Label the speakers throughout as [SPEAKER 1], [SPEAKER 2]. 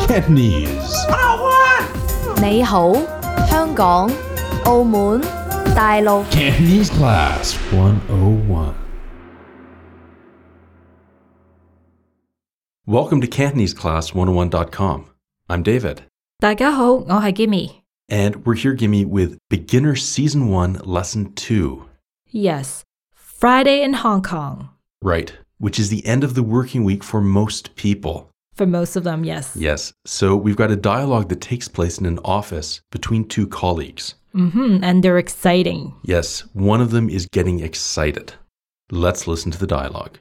[SPEAKER 1] Cantonese.
[SPEAKER 2] 你好，香港、澳門、大陸。
[SPEAKER 1] Cantonese Class 101.
[SPEAKER 3] Welcome to CantoneseClass101.com. I'm David,
[SPEAKER 4] 大家好，我係 Gimmy。
[SPEAKER 3] and we're here, Gimme, with Beginner Season 1, Lesson 2.
[SPEAKER 4] Yes, Friday in Hong Kong
[SPEAKER 3] Right. Which is the end of the working week for most people.
[SPEAKER 4] for most of them. Yes.
[SPEAKER 3] Yes. So we've got a dialogue that takes place in an office between two colleagues.
[SPEAKER 4] hmm And they're exciting.
[SPEAKER 3] Yes, one of them is getting excited. Let's listen to the dialogue.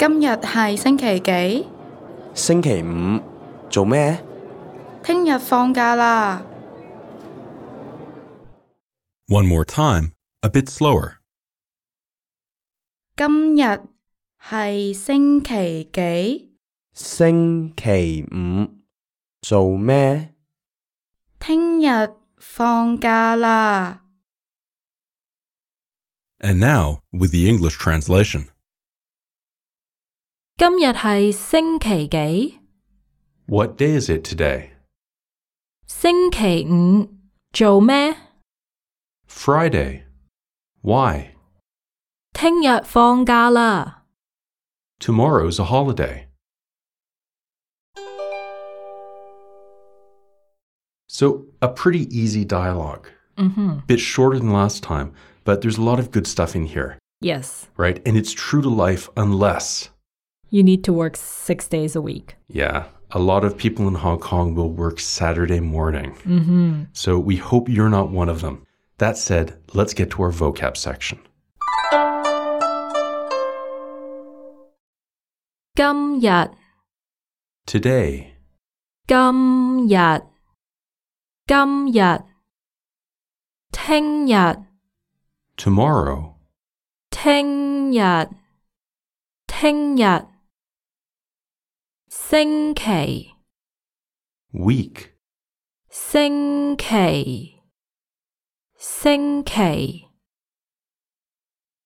[SPEAKER 5] Hôm nay là thứ mấy?
[SPEAKER 6] 星期五做咩？
[SPEAKER 5] Ngày mai放假啦.
[SPEAKER 3] One more time, a bit slower.
[SPEAKER 5] Hôm nay là thứ mấy?
[SPEAKER 6] 星期五做咩？
[SPEAKER 5] Ngày mai放假啦.
[SPEAKER 3] And now with the English translation.
[SPEAKER 4] 今日係星期幾？
[SPEAKER 3] What day is it today?
[SPEAKER 4] 星期五做咩？
[SPEAKER 3] Friday. Why?
[SPEAKER 4] 聽日放假啦。
[SPEAKER 3] Tomorrow's a holiday. So, a pretty easy dialogue.
[SPEAKER 4] 嗯哼
[SPEAKER 3] Bit shorter than last time, but there's a lot of good stuff in here,
[SPEAKER 4] ，Yes,
[SPEAKER 3] right? And it's true to life unless,
[SPEAKER 4] you need to work six days a week.
[SPEAKER 3] yeah, a lot of people in Hong Kong will work Saturday morning.
[SPEAKER 4] 嗯哼，
[SPEAKER 3] So, we hope you're not one of them. That said, let's get to our vocab section.
[SPEAKER 4] 今日
[SPEAKER 3] Today,
[SPEAKER 4] 今日今日，聽日
[SPEAKER 3] tomorrow,
[SPEAKER 4] 聽日，聽日，星期，
[SPEAKER 3] week,
[SPEAKER 4] 星期，星期，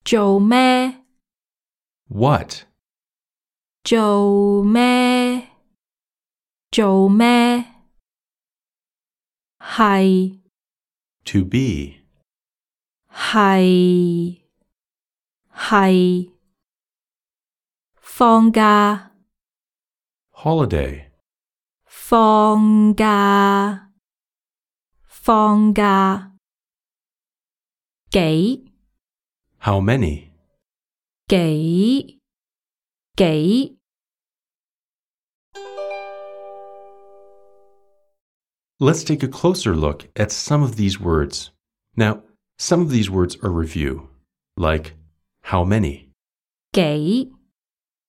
[SPEAKER 4] 做咩？
[SPEAKER 3] what,
[SPEAKER 4] 做咩？做咩？係
[SPEAKER 3] to be,
[SPEAKER 4] 係係，放假。
[SPEAKER 3] holiday.
[SPEAKER 4] 放假，放假，幾
[SPEAKER 3] How many?
[SPEAKER 4] 幾幾，
[SPEAKER 3] Let's take a closer look at some of these words. Now, some of these words are review, like how many,
[SPEAKER 4] 幾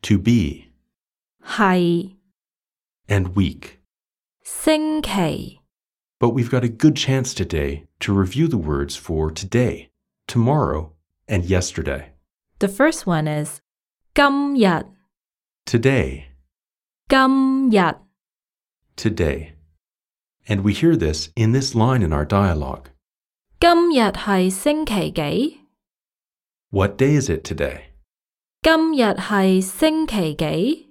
[SPEAKER 3] to be,
[SPEAKER 4] 係
[SPEAKER 3] and week.
[SPEAKER 4] 星期，
[SPEAKER 3] But we've got a good chance today to review the words for today, tomorrow, and yesterday.
[SPEAKER 4] The first one is 今日，
[SPEAKER 3] Today,
[SPEAKER 4] 今日，
[SPEAKER 3] today. And we hear this in this line in our dialogue.
[SPEAKER 4] 今日係星期幾？
[SPEAKER 3] What day is it today?
[SPEAKER 4] 今日係星期幾？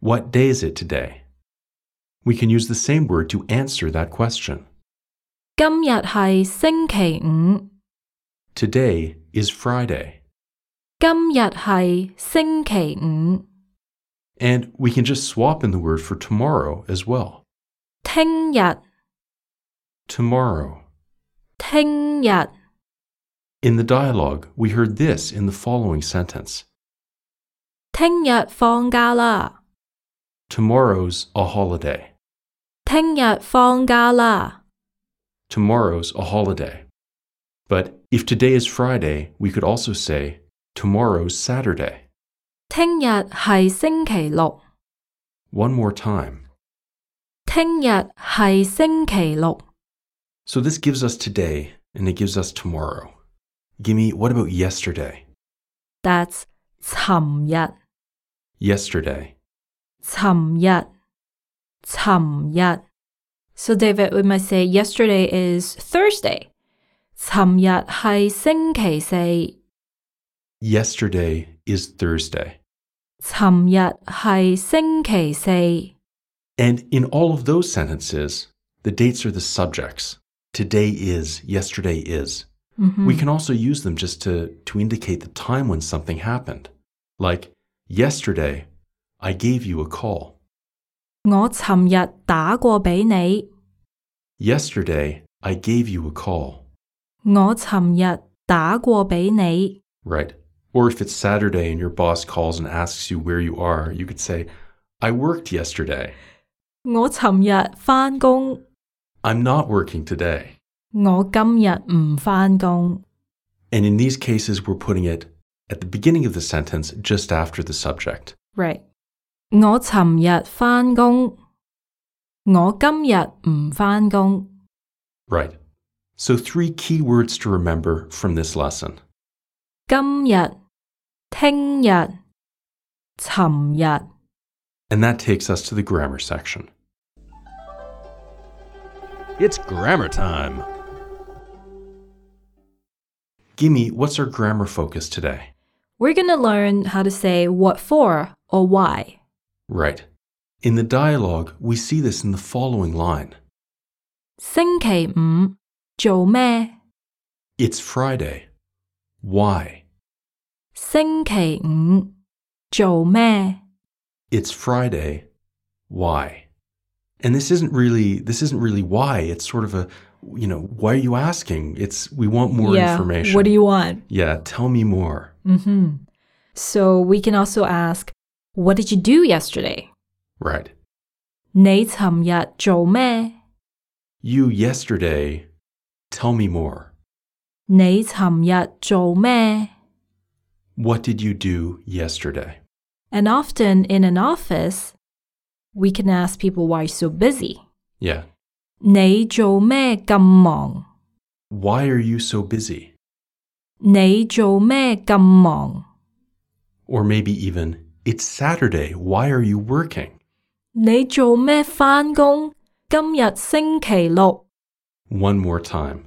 [SPEAKER 3] What day is it today? We can use the same word to answer that question.
[SPEAKER 4] 今日係星期五，
[SPEAKER 3] Today is Friday,
[SPEAKER 4] 今日係星期五，
[SPEAKER 3] and we can just swap in the word for tomorrow as well.
[SPEAKER 4] 聽日，
[SPEAKER 3] Tomorrow.
[SPEAKER 4] 聽日。
[SPEAKER 3] In the dialogue, we heard this in the following sentence
[SPEAKER 4] 聽日放假啦，
[SPEAKER 3] Tomorrow's a holiday.
[SPEAKER 4] 聽日放假啦。
[SPEAKER 3] Tomorrow's a holiday. But if today is Friday, we could also say Tomorrow's Saturday.
[SPEAKER 4] 聽日係星期六，
[SPEAKER 3] One more time.
[SPEAKER 4] 聽日係星期六。
[SPEAKER 3] So this gives us today and it gives us tomorrow. Gimme, what about yesterday?
[SPEAKER 4] That's 尋日，
[SPEAKER 3] Yesterday.
[SPEAKER 4] 尋日，尋日。So David, we might say yesterday is Thursday。尋日係星期四，
[SPEAKER 3] Yesterday is Thursday.
[SPEAKER 4] 尋日係星期四，
[SPEAKER 3] And in all of those sentences, the dates are the subjects. Today is, yesterday is.
[SPEAKER 4] 嗯哼
[SPEAKER 3] We can also use them just to, to indicate the time when something happened. Like, yesterday, I gave you a call.
[SPEAKER 4] 我尋日打過俾你，
[SPEAKER 3] Yesterday, I gave you a call.
[SPEAKER 4] 我尋日打過俾你，
[SPEAKER 3] Right. Or if it's Saturday and your boss calls and asks you where you are, you could say, I worked yesterday.
[SPEAKER 4] 我尋日返工，
[SPEAKER 3] I'm not working today.
[SPEAKER 4] 我今日唔返工。
[SPEAKER 3] And in these cases, we're putting it at the beginning of the sentence just after the subject.
[SPEAKER 4] Right，我尋日返工，我今日唔返工。
[SPEAKER 3] Right. So, three key words to remember from this lesson.
[SPEAKER 4] 今日、聽日、尋日。
[SPEAKER 3] And that takes us to the grammar section.
[SPEAKER 1] It's grammar time.
[SPEAKER 3] Gimme, what's our grammar focus today?
[SPEAKER 4] We're gonna learn how to say what for or why.
[SPEAKER 3] Right. In the dialogue, we see this in the following line
[SPEAKER 4] 星期五做咩？
[SPEAKER 3] It's Friday. Why?
[SPEAKER 4] 星期五做咩？
[SPEAKER 3] It's Friday. Why? And this isn't really this isn't really why. It's sort of a you know, why are you asking? It's we want more
[SPEAKER 4] Yeah,
[SPEAKER 3] information.
[SPEAKER 4] What do you want?
[SPEAKER 3] Yeah, tell me more.
[SPEAKER 4] hmm So we can also ask, What did you do yesterday?
[SPEAKER 3] Right.
[SPEAKER 4] 你尋日做咩？
[SPEAKER 3] You yesterday, tell me more.
[SPEAKER 4] 你尋日做咩
[SPEAKER 3] What did you do yesterday?
[SPEAKER 4] And often in an office, we can ask people why you're so busy.
[SPEAKER 3] Yeah.
[SPEAKER 4] 你做咩咁忙？
[SPEAKER 3] Why are you so busy?
[SPEAKER 4] 你做咩咁忙？
[SPEAKER 3] Or maybe even, it's Saturday, why are you working?
[SPEAKER 4] 你做咩返工？今日星期六，
[SPEAKER 3] One more time.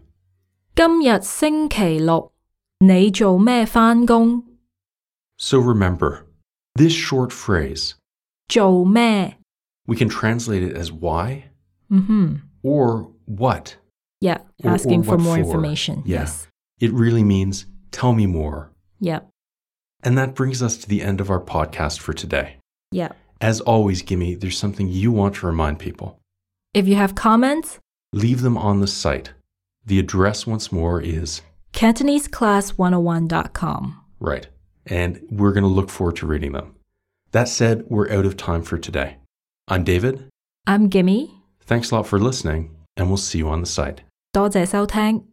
[SPEAKER 4] 今日星期六，你做咩返工？
[SPEAKER 3] So remember, this short phrase,
[SPEAKER 4] 做咩？
[SPEAKER 3] we can translate it as why
[SPEAKER 4] 嗯哼
[SPEAKER 3] or what.
[SPEAKER 4] ，yeah,
[SPEAKER 3] Or- or
[SPEAKER 4] asking for
[SPEAKER 3] what
[SPEAKER 4] more
[SPEAKER 3] for?
[SPEAKER 4] information.
[SPEAKER 3] Yeah.
[SPEAKER 4] Yes,
[SPEAKER 3] It really means tell me more.
[SPEAKER 4] yeah,
[SPEAKER 3] And that brings us to the end of our podcast for today.
[SPEAKER 4] yeah.
[SPEAKER 3] As always, Gimme, there's something you want to remind people.
[SPEAKER 4] If you have comments,
[SPEAKER 3] Leave them on the site. The address, once more, is
[SPEAKER 4] CantoneseClass101.com.
[SPEAKER 3] right. And we're going to look forward to reading them. That said, we're out of time for today. I'm David.
[SPEAKER 4] I'm Gimme，
[SPEAKER 3] Thanks a lot for listening, and we'll see you on the site.
[SPEAKER 4] 多謝收聽。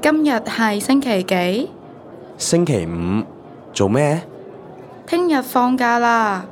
[SPEAKER 5] 今日係星期幾？
[SPEAKER 6] 星期五做咩？
[SPEAKER 5] 聽日放假啦。